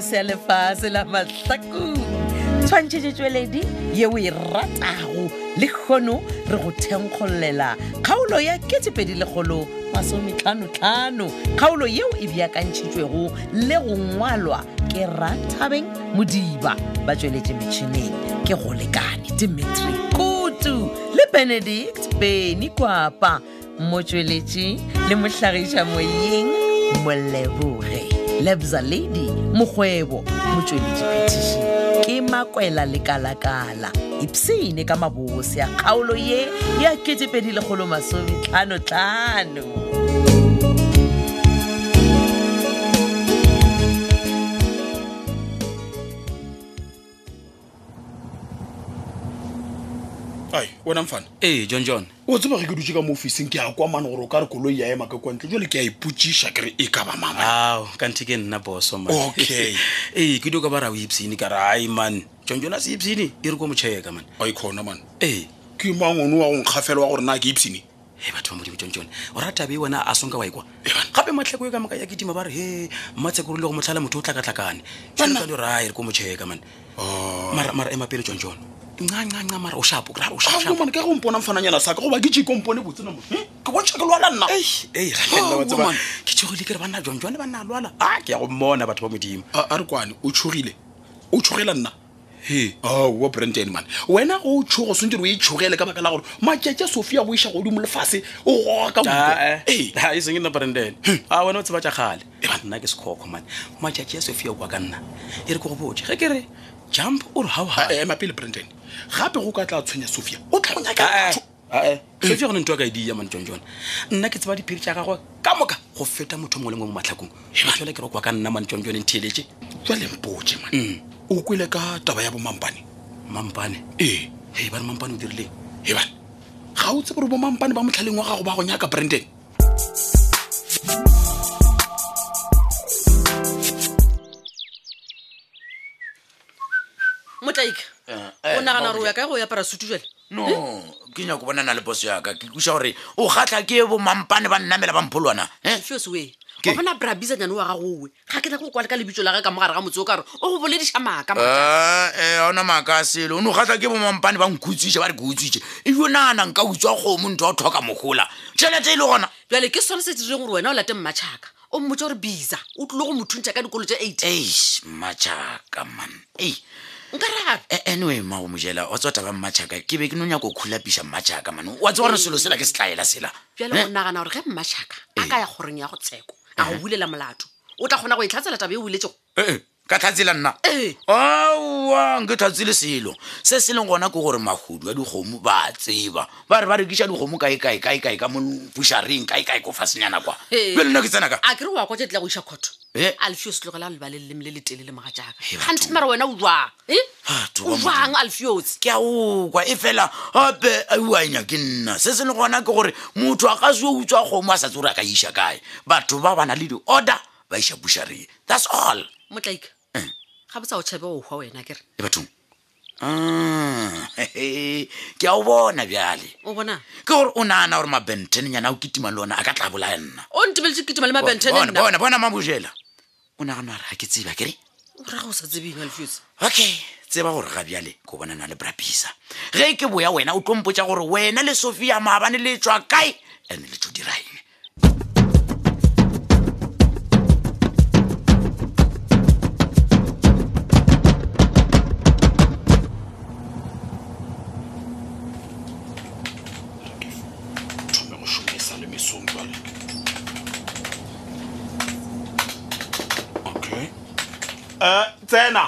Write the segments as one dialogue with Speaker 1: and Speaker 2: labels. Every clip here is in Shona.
Speaker 1: se ya lefase la mahlakong tshwantšhetšetšweledi yeo e ratago le kgono re go thenkgolela kgaolo ya ketepedilekgolo masometlhanotlhano kgaolo yeo e beakantšhitšwego le go ngwalwa ke rathabeng modiba ba tsweletše metšhineng ke go lekane dimitri kutu le benedict beny kwapa motsweletši le mohlagiša moyeng moleboge lebza lady mokgwebo motsweletši petiši ke makwela lekalakala ipsene ka mabosi a kgaolo ye ya 2
Speaker 2: ai wena mfana
Speaker 3: ee john john
Speaker 2: o tseba ge ke dutse ka mo officing ke a kwa mane gore o ka re koloi ya ema ka kwa ntle jale ke a ipotsiša ke re e ka ba mama
Speaker 3: ao kante ke nna boso man
Speaker 2: Okay.
Speaker 3: ee ke dio ka ba ra o ipsene ka re ai man john john a se ipsene ke re ko mocheka man
Speaker 2: a ikhona mane
Speaker 3: ee
Speaker 2: ke mangone wa go nkgafela wa gore na ke ipsene
Speaker 3: e batho ba modimo john john o rata be wena a sonka wa ekwa gape matlhako e ka moka ya kedima ba re he mmatsheko rile go motlhala motho o tlakatlhakane
Speaker 2: Banna.
Speaker 3: jalo re ai re ko mocheka man
Speaker 2: Oh.
Speaker 3: mara mara ema pele john john ncancanca mara o shapo ra o
Speaker 2: ao
Speaker 3: shapo
Speaker 2: Ah, mane ka ge o mpona mfananyana saka goba ke jekompone botsena mo Hm? ke bontšha ke lwala nna
Speaker 3: ee
Speaker 2: Ah, wa
Speaker 3: gapelela
Speaker 2: man.
Speaker 3: ke tshogile ke re banna john john le banna a lwala a ke ya go mmona batho ba modimo
Speaker 2: a a re kwane o tshogile o tshogela nna he aowa branden mane wena go o tshogo swantse re o e tshogele ka baka la gore matšatša sofia go iša godimo lefase o goga ka mpo
Speaker 3: Ah,
Speaker 2: ee
Speaker 3: eh. Ah, e seng e nna branden a wena o tseba tja gale nna ke sekgokgo mane matšatši a sofia kwa ka nna e re ke go botse ge ke re jump o re
Speaker 2: Ah,
Speaker 3: gaogae
Speaker 2: eh, ema pele branden gape go ka tla tshwenya sofia o tla go nyaka batho.
Speaker 3: sofia gone ntho a ka e dia mane jon jone nna ke tseba diphiri tja gagwe ka moka go feta motho mongwe le mongwe mo matlhakong fela ke re kwa ka nna mane jon jone ntheeletse
Speaker 2: jwale mpotse
Speaker 3: Mm.
Speaker 2: mane o kwele ka taba ya bomampane
Speaker 3: mampane
Speaker 2: ee
Speaker 3: e ba re mampane o dirileng
Speaker 2: ebane ga o tse gore bomampane ba motlhaleng wa gago ba go nyaka branden
Speaker 4: motlaika
Speaker 5: Eh,
Speaker 4: o nagana gore o ya kae go apara sutu jale
Speaker 5: no ke nyako bonana le poso yaka ke kusa gore o kgatlha ke bomampane ba nnamela ba mpholwana eh?
Speaker 4: fios we wa bona brabisanyane wa gagowe ga ke nyake go kwale ka lebitso la ge ka mogare ga motse o ka re o go bolediša maaka ma
Speaker 5: Ah, eh ona maaka selo o ne o kgatlha ke bomampane ba nkhutswitše ba re ke utswitše ebio nagana nka utswa kgomo ntho ya go tlhoka mogola tšhelete e le gona
Speaker 4: jale ke sone se dirileng gore wena o late mmatšhaka o mmotse gore bisa o tlile go mothuntšha ka dikolo tša eight
Speaker 5: eish mmatšhaka man ei
Speaker 4: nka rabe
Speaker 5: Eh, anyway mao mojela wa tswa taba mmatšhaka ke be ke no nyako o khulapisa mmatšhaka mane wa tse gore selo sela ke se tlaela sela
Speaker 4: jale o nagana gore ge mmatšhaka
Speaker 5: Eh.
Speaker 4: a ka ya kgoreng ya go tsheko a go bulela molato o tla kgona go e tlhatsela taba e o Eh. iletsego
Speaker 5: Eh, eh, ka tlhatsela nna
Speaker 4: ee
Speaker 5: aowa nke tlhatsile selo se se leng gona ke gore mahudu a dikgomo ba a tseba ba re ba rekiša dikgomo kaekae kaekae ka mopušareng kaekae ko fasenyana kwa
Speaker 4: Ee.
Speaker 5: jale nna ke tsena ka
Speaker 4: a kere oa kwa tse tla go iša kgotho
Speaker 5: Eh.
Speaker 4: alfios tlogela a lebale leleme le letelele moga jaaka
Speaker 5: Hei, batho.
Speaker 4: gante mara wena o jwang Eh?
Speaker 5: Batho ba
Speaker 4: o jwang alfios
Speaker 5: ke a okwa e fela gape auanya ke nna se se leng gona ke gore motho a ka seo utswa kgomo a sa tse gore a ka iša kae batho ba ba na le di-order ba iša pušareng that's all
Speaker 4: motlaika ga botsa o tšhabe o hwa wena kere
Speaker 5: e bathong Ah, ke a o bona bjale
Speaker 4: o bona
Speaker 5: ke gore o naana gore mabentenenyana a o ketima le ona a ka tla bolaya nna
Speaker 4: o ntebeletse ketima le
Speaker 5: Bona,
Speaker 4: mabentenena
Speaker 5: bona bona mabojela o nagana gore ga ke tseba kere
Speaker 4: o raga o sa tsebeng alfios
Speaker 5: okay tseba gore ga bjale ko bonana le brapisa ge ke boya wena o tlompotsa gore wena le sophia maabane le tswa kae and le tso diraeng
Speaker 2: thome go šoma e sa le mesong jale okay um tsena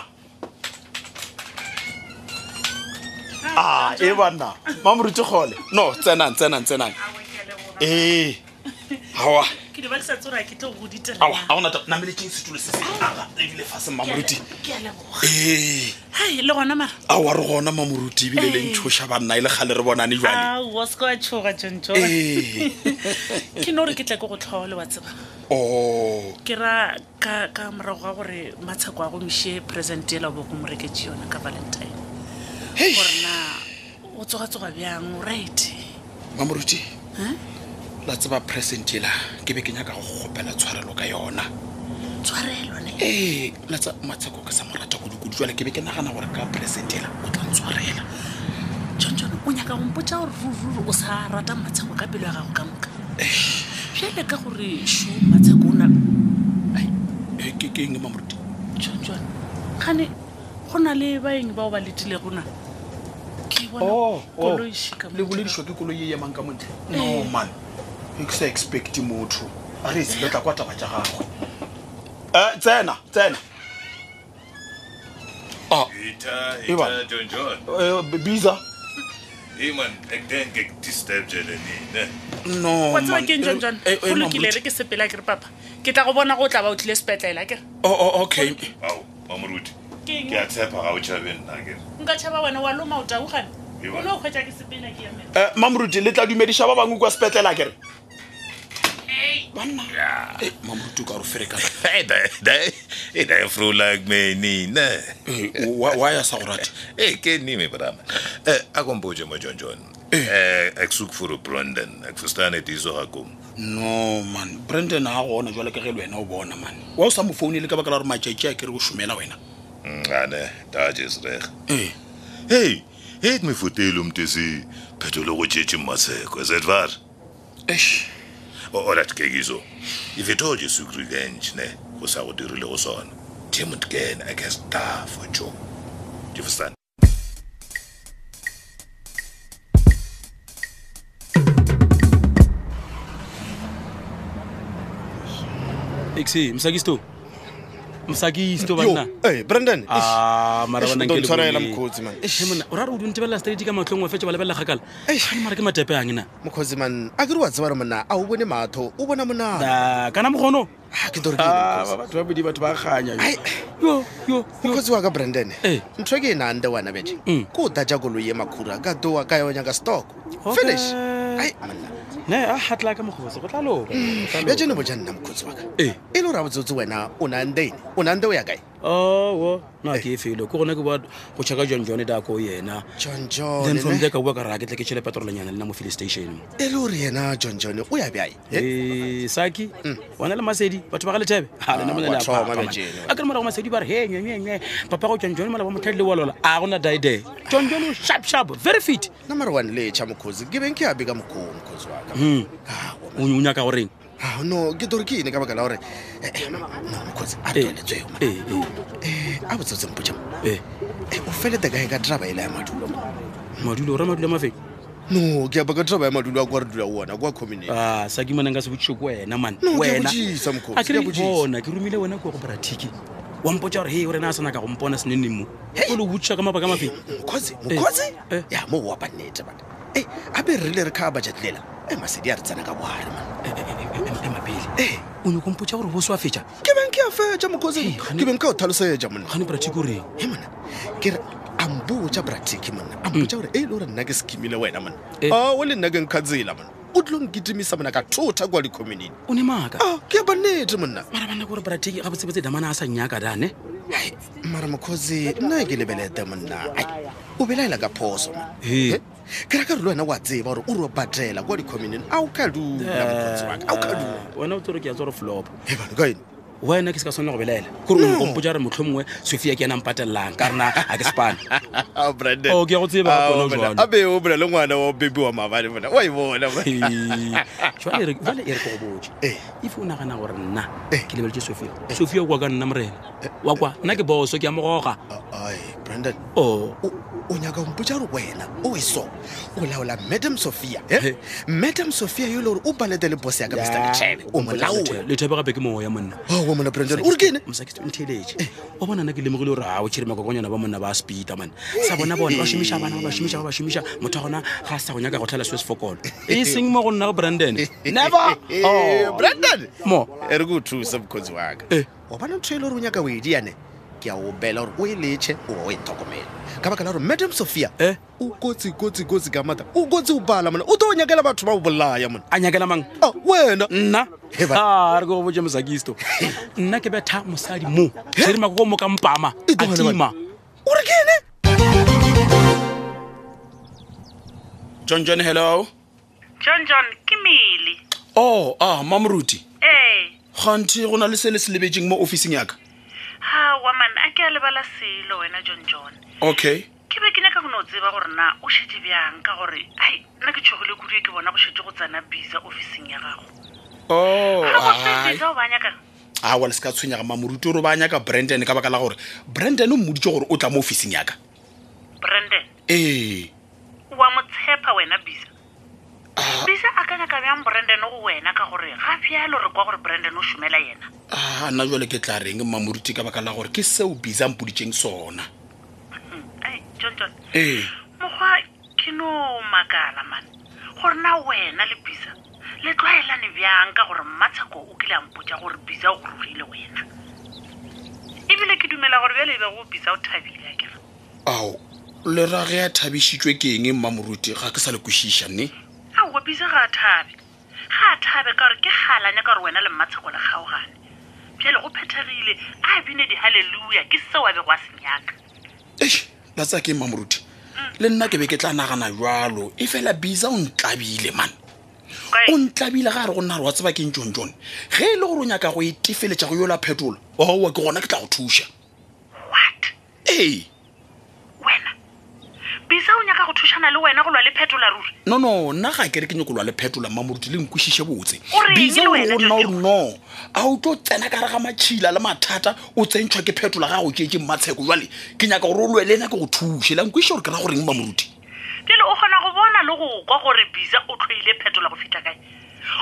Speaker 6: Ah,
Speaker 2: a e banna mamoruti kgole no tsenang tsenang tsenang
Speaker 6: Ah,
Speaker 2: ee gaa
Speaker 6: ke di ba ke sa tsora ke tle go ditelela
Speaker 2: aa ga gona nameletseng setulo se se aga ebile fase mamoruti
Speaker 6: ke a leboga
Speaker 2: ee
Speaker 6: hai le gona mara
Speaker 2: a wa re gona mamoruti ebile le ntšhoša banna e le kgale re bonane
Speaker 1: Ah.
Speaker 2: jale
Speaker 6: aowa Ah, se ka wa tshoga tsontso
Speaker 2: ee
Speaker 6: ke ne gore ke tla ke go tlhole wa tseba
Speaker 2: o
Speaker 6: ke ra ka ka morago ga gore matsheko a go mše present e ela bo ko moreketse yona ka valentine
Speaker 2: hei
Speaker 6: gore na o tsogatsoga bjang o right
Speaker 2: mamoruti
Speaker 6: Eh?
Speaker 2: la tseba present ela ke be ke nyaka go kgopela tshwarelo ka yona
Speaker 7: tshwarelwane
Speaker 2: ee natsa matsheko ke sa morata kudukudu jale ke be ke nagana gore ka presentela o tla ntshwarela
Speaker 7: tsontsone o nyaka gompotsa gore rururi o sa rata matsheko ka pelo ya gago ka moka fele ka gore sho matsheko o na
Speaker 2: Eh, ke ke eng mamoruti
Speaker 7: tsontsone gane go na le baeng bao ba letile gona ke
Speaker 2: Oh,
Speaker 7: bona
Speaker 2: oh.
Speaker 7: koloi e shika
Speaker 2: le boledišwa ke koloi e emang ka montle
Speaker 7: Eh.
Speaker 2: no man e ke sa expecte motho a re itsebetla kwa taba tja gagwe Eh, tsena tsena
Speaker 8: Ita,
Speaker 2: Ivan.
Speaker 8: ita, John John.
Speaker 2: Eh, b- bisa
Speaker 8: Iman, ek dink ek disturb julle nie, né?
Speaker 2: no
Speaker 7: wa tseba
Speaker 2: man.
Speaker 7: keng
Speaker 2: Eh,
Speaker 7: tsontsone
Speaker 2: eh, eh,
Speaker 7: go lokile
Speaker 2: Mamoruti.
Speaker 7: re ke sepela ke re papa ke tla go bona go o tla ba o tlile sepetlela kere
Speaker 2: Oh, oh, okay
Speaker 8: Au, Mamrut.
Speaker 7: Ke eng?
Speaker 8: Ke a tshepa ga o tshabe nna ke.
Speaker 7: nka tšhaba wena wa loma o taugane
Speaker 8: Ewa.
Speaker 7: o no o kgwetsa ke sepela ke yamela
Speaker 2: Eh, mamoruti le tla dumediša ba bangwe kwa sepetlela kere Eh, mamoruti o ka re fereka
Speaker 8: Hey, daai, daai. Ek daai vrou like my nie, né?
Speaker 2: Eh, wa ya sa go rate
Speaker 8: Hey, ken nie my brama. Eh, ek kom boje my John John. Eh, ek soek vir 'n Brandon. Ek verstaan net hierso gekom.
Speaker 2: no man brandon ga gona jale ke ge le wena o bona man wa o sa mo foune le ka baka la gore matšatši a kere o šomela wena
Speaker 8: Ja ne, nee, daar is reg.
Speaker 2: ee
Speaker 8: Hey, het my vertel om te sê, petolo go tshetse maseko. Is dit waar?
Speaker 2: eish
Speaker 8: orat ke kizo ifetho jesu revenge ne go sa go dirile go sona timot ken i guess da for joe do you understand
Speaker 3: exe msakisto msakisto banna
Speaker 5: eh, brandon
Speaker 3: Ah, mara
Speaker 5: Eish,
Speaker 3: bana nke le
Speaker 5: don't tshwarela
Speaker 3: bone.
Speaker 5: mokgotsi, man.
Speaker 3: Eish, monna, o ra re o duntebelelela stadi ka matlhong wa fetsa ba lebelela kgakala Ai, mara ke matepe ang na
Speaker 5: mokgotsi man a kere wa tseba re monna a o bone matho o bona monana
Speaker 3: Ah, kana mogono
Speaker 5: Ah, ke tlo re ke eng, mokgotsi?
Speaker 2: batho ba bedi batho ba ganya
Speaker 5: Ai,
Speaker 3: yo yo yo
Speaker 5: mokgotsi wa ka brandon
Speaker 3: Eh.
Speaker 5: ntho e ke e nande wena bete
Speaker 3: Mm.
Speaker 5: ko o daja koloi ye makhura ka doa ka yona ka stock
Speaker 3: Okay.
Speaker 5: finish ai monna
Speaker 3: ne a gatla ka mogotsi go tla
Speaker 5: Mm,
Speaker 3: loka
Speaker 5: bjatse ne boja nna mokgotsi wa ka
Speaker 3: Eh.
Speaker 5: e le gore a botsotse wena o nandene o nande o ya kae
Speaker 3: oo na ke e felo ke gona ke boa go checka john john dako yena
Speaker 5: john
Speaker 3: then from
Speaker 5: john
Speaker 3: there ka boa ka raa ke tle ke tšhele petrolenyana le na mo file station
Speaker 5: e le gore yena john john o ya bjae
Speaker 3: Eh, saki wana le masedi batho ba ga lethebe a lena mona le
Speaker 5: Mm. wa thoma
Speaker 3: apapa, man.
Speaker 5: bjale, wena.
Speaker 3: a kere morago masedi ba re he nyenyenye papa go john john mala ba motlhadile wa lola a gona daide john john o sharp sharp very fit
Speaker 5: number one letšha mokgotsi ke beng ke abe ka mokgoo mokgotsi wa ka
Speaker 3: Mm. o
Speaker 5: Aowa,
Speaker 3: o nyaka goreng
Speaker 5: Ah, no ke tore ke ene ka baka la eh, gore mokgotsi a
Speaker 3: Eh,
Speaker 5: toletsweo
Speaker 3: eh, eh,
Speaker 5: a botsotseng potsa
Speaker 3: eh.
Speaker 5: o felete kae ka draba ele ya madulo
Speaker 3: madulo ora madulo a mafeng
Speaker 5: no ke apa ka draba ya madulo a kwa re dula ona kwa community
Speaker 3: a saki mona nka se botšišo ke wena mane
Speaker 5: No, ke a botšiša, mokgotsi,
Speaker 3: a
Speaker 5: ke a
Speaker 3: kere
Speaker 5: botšiša.
Speaker 3: bona ke romile wena ko go bratiki wa mpotsa gore he o rena a sana ka go mpona seneneng mo o le botšiša ka mabaka a mafeng
Speaker 5: mokgotsi
Speaker 3: Eh,
Speaker 5: mokgotsi
Speaker 3: eh.
Speaker 5: ya mo oapa nnete bana e abe re rile re kha bajetlela e masedi a re tsena ka boare man
Speaker 3: emapele
Speaker 5: Eh.
Speaker 3: o nyako mpotsa gore boso a fetša
Speaker 5: ke beng ke a fetsa mokgotsi ke beng ka o tlhalosetsa monna
Speaker 3: gane bratiki o reng
Speaker 5: he mona ke re ambotsa bratiki monna ambotsa gore e le gore nna ke skimile wena mona
Speaker 3: Eh.
Speaker 5: a o le nna ke nkhatsela mona o tlilo nkitimisa mona ka thotha kwa di-community
Speaker 3: o ne maaka
Speaker 5: a Ah, ke a bannete monna
Speaker 3: mara banna kore bratiki ga botsebetse damana a sa nyaka dane
Speaker 5: Hai, mara mokgotsi nna ke lebelete monna ai o belaela ka phoso man.
Speaker 3: He.
Speaker 5: Eh, ke raka re le wena wa tseba gore o re o patela kwa di-community a o ka dula mokgotsi waka a o ka dula
Speaker 3: wena o tsere ke ya tsa gore flopa
Speaker 5: e bana ka ene
Speaker 3: wena ke se ka tshwanela go belaela kore o nkompotsa gore motlho mongwe sofia ke yena mpatelelang ka rena a ke sepane
Speaker 5: a Ah, brandon
Speaker 3: Oh, ke a go tseba
Speaker 5: Ah,
Speaker 3: ka pono
Speaker 5: o bona.
Speaker 3: jwalo. Ee.
Speaker 5: a be o bola le ngwana wa bebi wa mabane mona wa e bona mona.
Speaker 3: jale e re ke go botse
Speaker 5: Eh.
Speaker 3: if o nagana gore nna
Speaker 5: Eh.
Speaker 3: ke lebeletse sofia sofia o kwa ka nna morena wa kwa nna ke boso ke a mogoga
Speaker 5: Ah, ai brandon
Speaker 3: o
Speaker 5: o o nyaka mpotsa gore wena o e so o laola madam sophia eh?
Speaker 3: He.
Speaker 5: madam sophia yo e le gore o balete le bos yaka mr lechebe o molaola
Speaker 3: lethebe gape ke moya monna
Speaker 5: oa mona brandon o re ke ene
Speaker 3: mosaketontheletše wa bona nna ke lemogile gore a o tšhire makokonyana ba monna ba speeda man sa bona bona ba šomiša bana ba šomiša ba šomiša motho a gona ga a sa go nyaka go tlhela swes fokolo e seng mo go nna go branden never
Speaker 5: Eh,
Speaker 3: Oh.
Speaker 5: brandon
Speaker 3: mo
Speaker 5: e re ke o thusa mokgotsi waka
Speaker 3: Eh.
Speaker 5: wa bona ntho e le gore o nyaka o ediane ke a o bela gore o e letšhe oba o e tlhokomele ka baka la gore madam sophia
Speaker 3: Eh.
Speaker 5: o kotsi kotsi kotsi ka mata o kotsi o bala mona o tlo o nyakela batho ba o bolaya mona
Speaker 3: a nyakela mang
Speaker 5: Ah, wena
Speaker 3: nna
Speaker 5: He
Speaker 3: Mm.
Speaker 5: ba-
Speaker 3: Ah, re ke go botse mosakisto nna ke betha mosadi mo sere makoko mo ka mpama
Speaker 5: E
Speaker 3: a
Speaker 5: tlogele bana.
Speaker 3: tima
Speaker 5: o re ke ene
Speaker 2: john john hello
Speaker 7: john john ke mele
Speaker 2: oh a mamoruti
Speaker 7: ee
Speaker 2: ah, kganthe go na le se le se lebetseng mo officing yaka
Speaker 7: ha wa man a ke a lebala selo wena john john
Speaker 2: okay
Speaker 7: ke be ke nyaka go ne o tseba gore na o shetse bjang ka gore ai nna ke tshogile kudu ke bona go shetse go tsena bisa officing ya gago
Speaker 2: o
Speaker 7: ga go fe bisa o ba nyakang
Speaker 2: a wale se ka tshwenyaga mamoruti ore ba nyaka branden ka baka la gore branden o mmoditse gore o tla mo officing yaka
Speaker 7: brandon
Speaker 2: ee
Speaker 7: wa mo tshepa wena bisa bisa a ka nyaka bjang brandon go wena ka gore ga bjalo re kwa gore brandon o šomela yena
Speaker 2: a Ah, nna jale ke tla reng mamoruti ka baka la gore ke seo bisa mpoditseng sona
Speaker 7: Mm, ai john john
Speaker 2: ee
Speaker 7: mokgwa ke no makala mane gore na wena le bisa le tlwaelane bjang ka gore mmatsheko o kile ampotsa gore bisa o gorogile wena ebile ke dumela gore bjale e be go bisa o thabile akere
Speaker 2: ao le rage ya thabišitšwe ke eng mamoruti ga ke sa le kwešiša nne
Speaker 7: aowa bisa ga a thabe ga a thabe ka gore ke galanya ka gore wena le mmatsheko le kgaogane bjale go phethegile a bine di-halleluja ke seo a bego a senyaka
Speaker 2: ei la tsa ke mamoruti le nna ke be ke tla nagana jalo e fela bisa o ntlabile mane
Speaker 7: e-
Speaker 2: o ntlabile ga a re go nna re wa tseba keng tson tsone ge e le gore o nyaka go etefeletša go yola phetola oa ke gona ke tla go thuša
Speaker 7: what
Speaker 2: ee
Speaker 7: wena bisa o nyaka go thušana le wena go lwa le phetola ruri
Speaker 2: no no nna ga kere ke nyako lwa le phetola mamoruti le nkwešiše botse
Speaker 7: O reng
Speaker 2: bisa
Speaker 7: le
Speaker 2: o
Speaker 7: wena,
Speaker 2: re nna o
Speaker 7: Jojo?
Speaker 2: re no a o tlo tsena ka re ga matšhila le mathata o tsentšhwa ke phetola ga go tšeetse matsheko jale ke nyaka gore o lwe le ena ke go thuše la nkwešiše gore ke ra goreng mamoruti
Speaker 7: pele o kgona go bona le go kwa gore bisa o tlhoile phetola go fitlha kae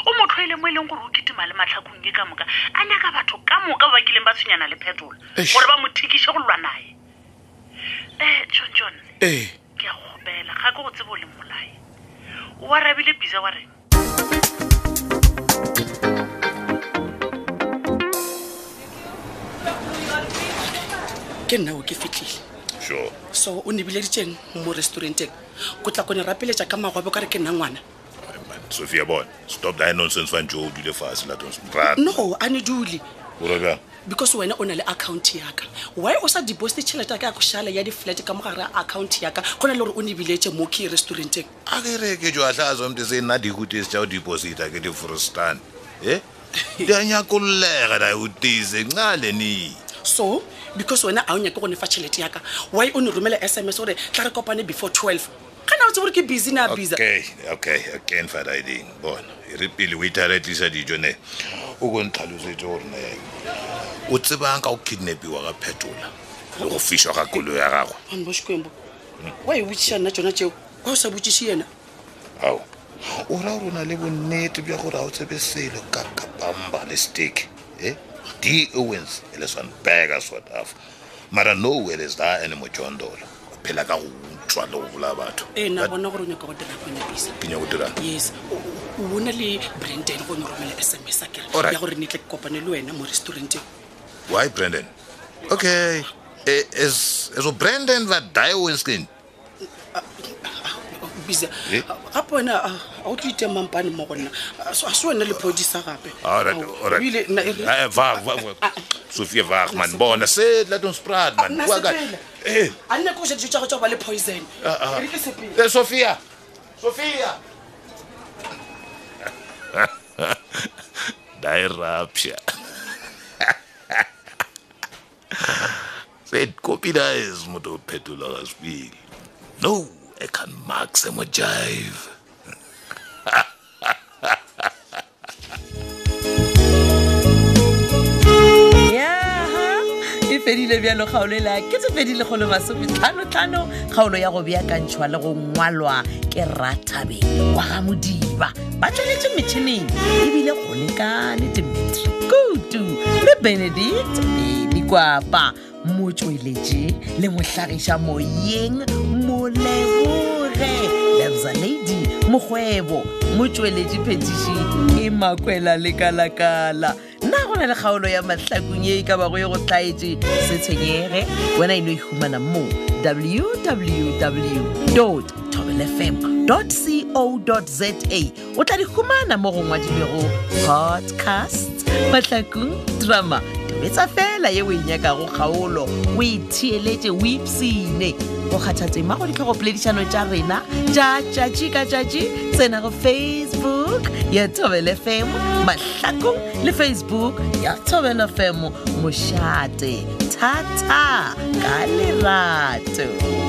Speaker 7: o mo tlhoile mo e leng gore o kitima le matlhakong e ka moka a nyaka batho ka moka ba kileng ba tshwenyana le phetola
Speaker 2: Eish.
Speaker 7: gore ba mo thikiše go lwa naye um john john
Speaker 2: ee
Speaker 7: ke a gobela ga ke go tsebo o le molae o arabile bisa wa reng
Speaker 4: ke nnao ke fitlhile
Speaker 8: sure
Speaker 4: so o nebileditseng mo restauranteng ko tla kone rapeletša ka magwabe ka re ke nna ngwana
Speaker 8: Hey, man. sophia bon stop that nonsense fan jo o dule fase latonsrata
Speaker 4: no a ne dule
Speaker 8: orobjang
Speaker 4: because wena o na le account yaka why o sa deposite tšhelete ka ya košale ya di-flat ka mogare a account yaka go na le gore o nebiletse mo ke restauranteng
Speaker 8: a kereke jo a tla a somte se nna dikutese tša go deposita ke di-frostan e di a nyakololega da o tise nca lenee
Speaker 4: so because wena a o nyake go nefa tšhelete yaka why o ne romela sms gore tla re kopane before twelve ga na o tse gore ke busy na bisa
Speaker 8: okay okay again fata eding bona e re pele o itharetlisa dijo ne o ko ntlhalosetse gore ne o tsebang ka go kidnapiwa ga phetola le go fišwa ga kolo ya gagwe
Speaker 4: anbošikwembo wa e botsiša nna tsona tšeo wa o sa botsiše yena
Speaker 8: ao o ra gore o na le bonnete bja gore ga o tsebe selo ka kapamba le stick e d owens e le swanberger sort of mara nowhere is that anymore john dola o phela ka go utswa le go bola batho
Speaker 4: ee na
Speaker 8: That-
Speaker 4: Eh, bona gore o nyaka go dira kone bisa
Speaker 8: ke nyako dirang
Speaker 4: yes o- o bona le branden go ne romela sms akere ya
Speaker 8: Alright.
Speaker 4: gore ne tle ke kopane le wena mo restauranteng
Speaker 8: why brandon okay Eh, is is ubrandon vadaye wenskin
Speaker 4: bisa
Speaker 8: Eh?
Speaker 4: gape wena a a o tlo itemampane mo go nna a so- a se wena lepodisa gape
Speaker 8: Alright,
Speaker 4: Ao,
Speaker 8: alright.
Speaker 4: ebile nna e re-
Speaker 8: Eh, wag, wag, wag. Sophia, wag, man. Bona, sit, laat ons praat, man.
Speaker 4: nna
Speaker 8: Wag,
Speaker 4: sepele
Speaker 8: ah, eh.
Speaker 4: a nne ko ja dijo tsa go tsa go ba le poison
Speaker 8: Ah, ah.
Speaker 4: E re ke sepele
Speaker 8: Eh, Sophia. Sophia. Daai rapsha. Said copy that is moto petula ga speak. No, I can mark some jive.
Speaker 1: yaha e fedile bjalo kgaolo e la ketsefedile kgolo masometlhanotlhano kgaolo ya go beakantšhwa le go ngwalwa ke ratabe wa ga modiba ba tsweletše metšhineng ebile go lekane dimitri kutu le benedict beny kwapa motsweletše le mohlagiša moyeng moleboge lebza lady mokgwebo motsweletši phetiši ke makwela lekala-kala nna go na le kgaolo ya mahlakong ye e ka bago ye go tlaetse se tshwenyege wena e no e humana mo www tobelfm co za o tla di humana mo go ngwadilwego podcast mahlakong drama betsa fela ye o e nyakago kgaolo o itheeletse o ipsene go kgathatsema go ditlhogopoledišano tša rena tša tšatši ka tšatši tsena go facebook ya thobele fm mahlakong le facebook ya thobele fm mošate thata ka lerato